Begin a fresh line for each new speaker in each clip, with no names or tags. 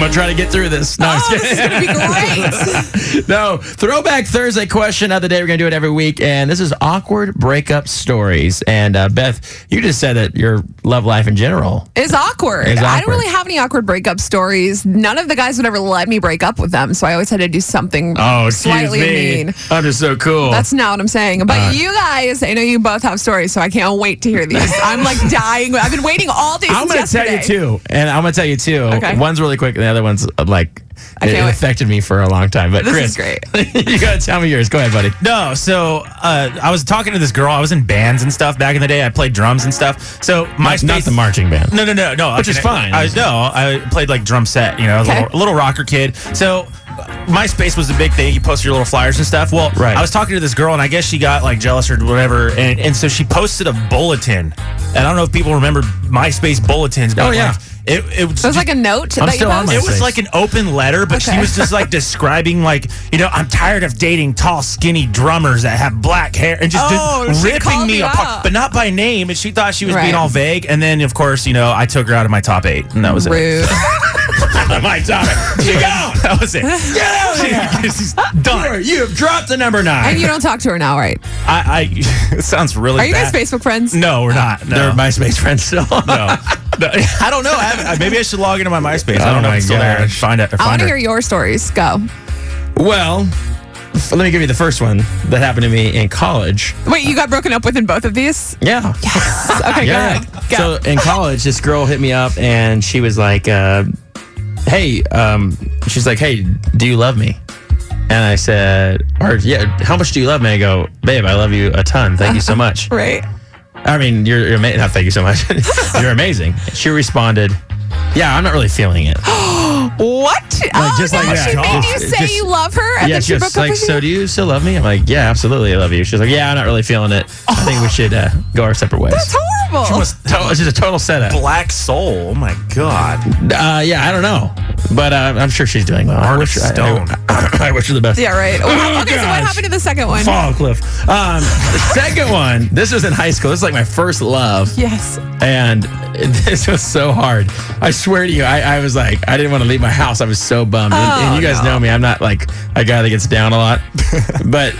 gonna try to get through this. No, I'm just
Oh,
kidding.
this is gonna be great.
no, throwback Thursday question of the day. We're going to do it every week. And this is awkward breakup stories. And uh, Beth, you just said that your love life in general.
It's awkward.
It's
I
awkward.
don't really have any awkward breakup stories. None of the guys would ever let me break up with them, so I always had to do something
Oh,
slightly mean.
I'm just so cool.
That's not what I'm saying. But you guys, I know you both have stories, so I can't wait to hear these. I'm like dying. I've been waiting all day.
I'm
since
going to tell you
yesterday.
two. And I'm going to tell you two.
Okay.
One's really quick, and the other one's uh, like,
I
it,
can't
it
wait.
affected me for a long time. But
This
Chris,
is great.
you got to tell me yours. Go ahead, buddy.
No, so uh, I was talking to this girl. I was in bands and stuff back in the day. I played drums and stuff. So my
Not- not the marching band.
No, no, no, no.
Which is fine.
I, no, I played like drum set. You know, I was a
Okay.
little, little rocker kid. So uh, MySpace was a big thing. You posted your little flyers and stuff. Well,
Right.
I was talking to this girl, and I guess she got like jealous or whatever, and and so she posted a bulletin. And I don't know if people remember MySpace bulletins. But
Oh, yeah.
like, it it was
So
just-
it's like a note
I'm
that
still
you
on
post?
my
it was
Six.
like an open letter, but
Okay.
she was just like describing, like, you know, I'm tired of dating tall, skinny drummers that have black hair and just
Oh,
just
she
ripping
called
me
you
apart,
out.
but not by name. And she thought she was
Right.
being all vague. And then, of course, you know, I took her out of my top eight, and that was it.
Rude.
my top eight. She gone. That was it. Get out of here. She's done.
You have dropped the number nine.
and you don't talk to her now, right?
I, I it sounds really.
Are you guys
bad.
Facebook friends?
No, we're not. No.
They're MySpace friends still.
no. No. I don't know. I haven't- maybe I should log into my MySpace. I
Oh
don't know
my
if it's still there.
gosh.
Find it.
I
find
want to
her.
hear your stories. Go.
Well, f- let me give you the first one that happened to me in college.
Wait, you got broken up with in both of these?
Yeah.
Okay,
yeah.
go ahead. Go.
So in college, this girl hit me up and she was like, uh, "Hey," um, she's like, "Hey, do you love me?" And I said, "Or yeah, how much do you love me?" I go, "Babe, I love you a ton. Thank you so
Uh-huh.
much."
right.
I mean, you're, you're amazing. Not thank you so much. you're amazing. She responded, "Yeah, I'm not really feeling it."
What? oh,
just
no,
like that.
she made you
Just-
say
just-
you love her and
yeah,
then
she
she broke
was
up
like,
with
"So
you?
do you still love me?" I'm like, "Yeah, absolutely, I love you." She's like, "Yeah, I'm not really feeling it. I think we should uh, go our separate ways."
Oh. That's horrible.
was
Total- It's just a total setup.
Black Soul. Oh my God.
Uh, yeah, I don't know, but uh, I'm sure she's doing well. I
Heart
wish,
of
I-
stone.
I, wish her the best.
Yeah, right.
Oh,
okay, so what
gosh.
happened to the second one?
Fall off a cliff. Um, the second one. This was in high school. This is like my first love,
Yes.
and this was so hard. I swear to you, I, I was like, I didn't want to leave my house. I was so bummed. and, and
Oh,
you guys
no.
know me. I'm not like a guy that gets down a lot, but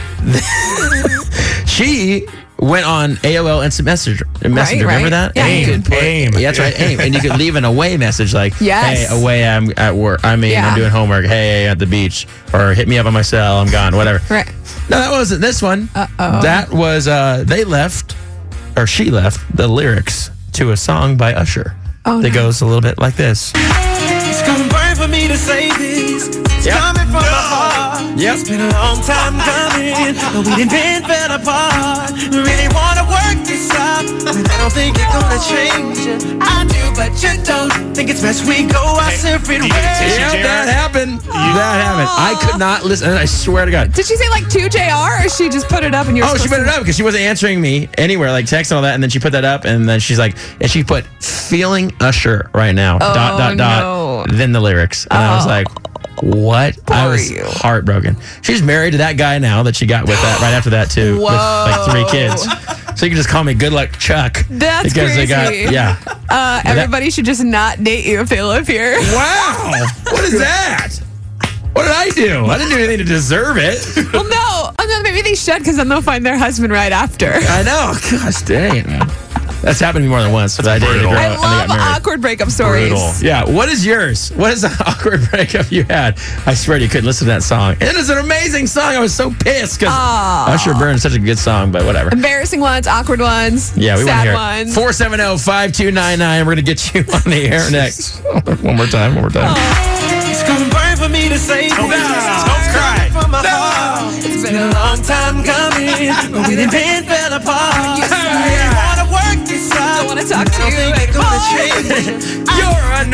she went on AOL Instant Messenger. Messenger. Remember
right.
that?
Yeah, you could put-
aim.
Yeah, that's right. Aim. And you could leave an away message like,
Yes.
hey, away, I'm at work. I mean, I'm
Yeah.
doing homework. Hey, at the beach. Or hit me up on my cell. I'm gone. Whatever.
Right.
No, that wasn't this one. Uh-oh. That was, uh, they left, or she left, the lyrics to a song by Usher
Oh,
that
no.
goes a little bit like this.
It's gonna burn for me to say this. It's
Yep.
coming from the heart.
Yep.
It's been a long time coming, but we didn't been fell apart. Really wanna work this out, but I don't think you're gonna change it. I do, but you don't. Think it's best we go our separate
do you
ways.
Is she
Yeah,
Jared?
that happened.
Oh.
That happened. I could not listen. I swear to God.
Did she say like 2JR or she just put it up and you're
Oh, she put
supposed
it up because she wasn't answering me anywhere, like text and all that. And then she put that up, and then she's like, and she put "feeling Usher" right now. dot dot
Oh, no.
dot. Then the lyrics, and I was
Oh.
like, what? I
Poor
was
you.
heartbroken. She's married to that guy now that she got with that right after that too, with like three kids. So you can just call me Good Luck Chuck.
That's crazy.
yeah.
to- Uh, everybody should just not date you if they live here.
Wow. what is that? What did I do? I didn't do anything to deserve it.
well, no. Oh, no. Maybe they should because then they'll find their husband right after.
I know. Gosh dang it, man. That's happened to me more than once. But I dated a
brutal.
girl
I
Uh, and they got
love
married.
awkward breakup stories.
Brutal.
Yeah, what is yours? What is the awkward breakup you had? I swear to you couldn't listen to that song. It is an amazing song. I was so pissed because Usher Burns is such a good song, but whatever.
Embarrassing ones, awkward ones,
Yeah, we want to
sad
hear it. oh,
ones.
470-5299. We're going to get you on the air next. one more time, one more time.
It's gonna burn for me to say this.
Don't cry.
From my heart. It's been a long time coming, but we didn't been fell apart. Really wanna work this out.
Don't wanna talk to
I don't
you
think you're gonna
anymore.
change it.
You're a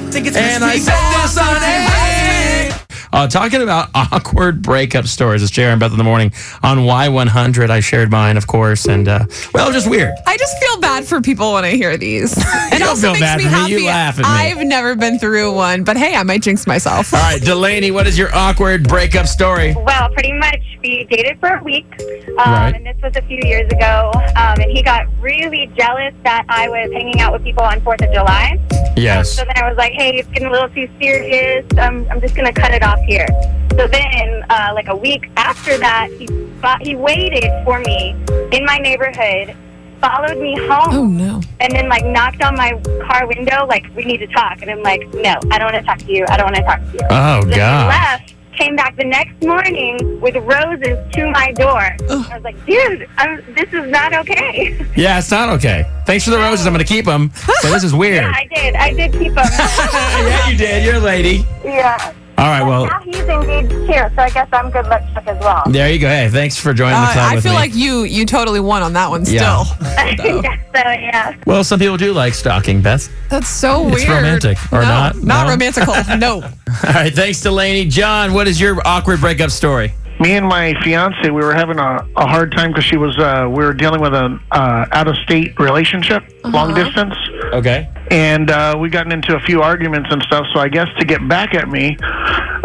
nerd.
Think it's
And I
best we
said
go our
this on
separate
air. Uh, talking about awkward breakup stories, it's JR and Beth in the morning on Y100. I shared mine, of course, and uh, well, just weird.
I just feel bad bad for people when I hear these. It
don't
also
feel
makes
bad
me
for me.
happy.
You laugh at me.
I've never been through one, but hey, I might jinx myself.
All right, Delaney, what is your awkward breakup story?
Well, pretty much. We dated for a week, um,
Right.
and this was a few years ago. Um, and he got really jealous that I was hanging out with people on Fourth of July.
Yes.
So then I was like, "Hey, it's getting a little too serious. I'm, I'm just gonna cut it off here." So then, uh, like a week after that, he fought, he waited for me in my neighborhood, followed me home,
Oh no.
and then like knocked on my car window, like, "We need to talk." And I'm like, "No, I don't want to talk to you. I don't want to talk to you."
Oh
Then he
God.
left, came back the next morning with roses to my door. I was like, dude, I'm, this is not okay.
Yeah, it's not okay. Thanks for the roses. I'm gonna keep them. So this is weird.
I did. I did keep him.
yeah, you did. You're a lady.
yeah.
All right. Well,
now he's engaged here, so I guess I'm good luck chuck as well.
there you go. Hey, thanks for joining the
Uh,
club
I
with
feel
me.
like you you totally won on that one.
Yeah. oh.
Still,
so yeah.
well, some people do like stalking, Beth.
that's so weird.
It's romantic, or
No,
not?
Not
No?
romantical. no.
All right. Thanks, Delaney. John, what is your awkward breakup story?
me and my fiance we were having a, a hard time because she was uh, we were dealing with an uh, out of state relationship long distance
Okay.
and uh, we gotten into a few arguments and stuff so i guess to get back at me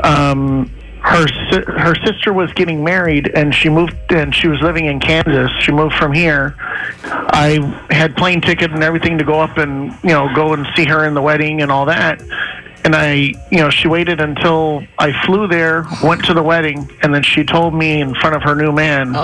um, her si- her sister was getting married and she moved and she was living in kansas she moved from here i had plane ticket and everything to go up and you know go and see her in the wedding and all that and I, you know, she waited until I flew there, went to the wedding, and then she told me in front of her new man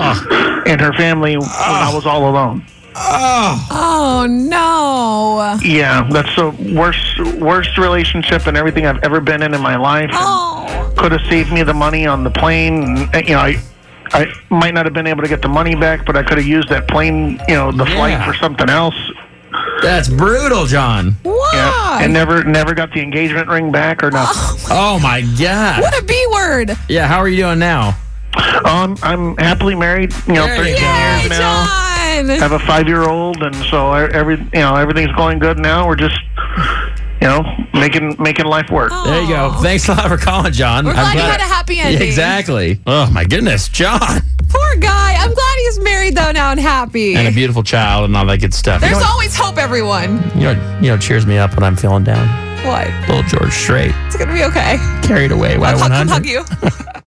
and her family when I was all alone.
Oh no.
Yeah, that's the worst, worst relationship and everything I've ever been in in my life.
Oh.
Could have saved me the money on the plane. And, you know, I, I might not have been able to get the money back, but I could have used that plane, you know, the flight
Yeah.
for something else.
That's brutal, John.
Why?
And never, never got the engagement ring back or nothing.
Oh my God.
what a B word.
Yeah. How are you doing now?
Um, I'm happily married, you know,
There you
13
go.
Oh. Yay,
years now.
John.
have a five year old, and so I- every you know everything's going good now. We're just you know making making life work.
There you go. Thanks a lot for calling, John.
We're glad you had a happy ending.
exactly. Oh my goodness, John.
Poor guy. I'm glad he's married though now and happy.
And a beautiful child and all that good stuff.
There's always hope, everyone.
You know, you know, cheers me up when I'm feeling down.
What?
Little George Strait,
It's gonna be okay.
carried away by
I'll hug,
100.
hug you.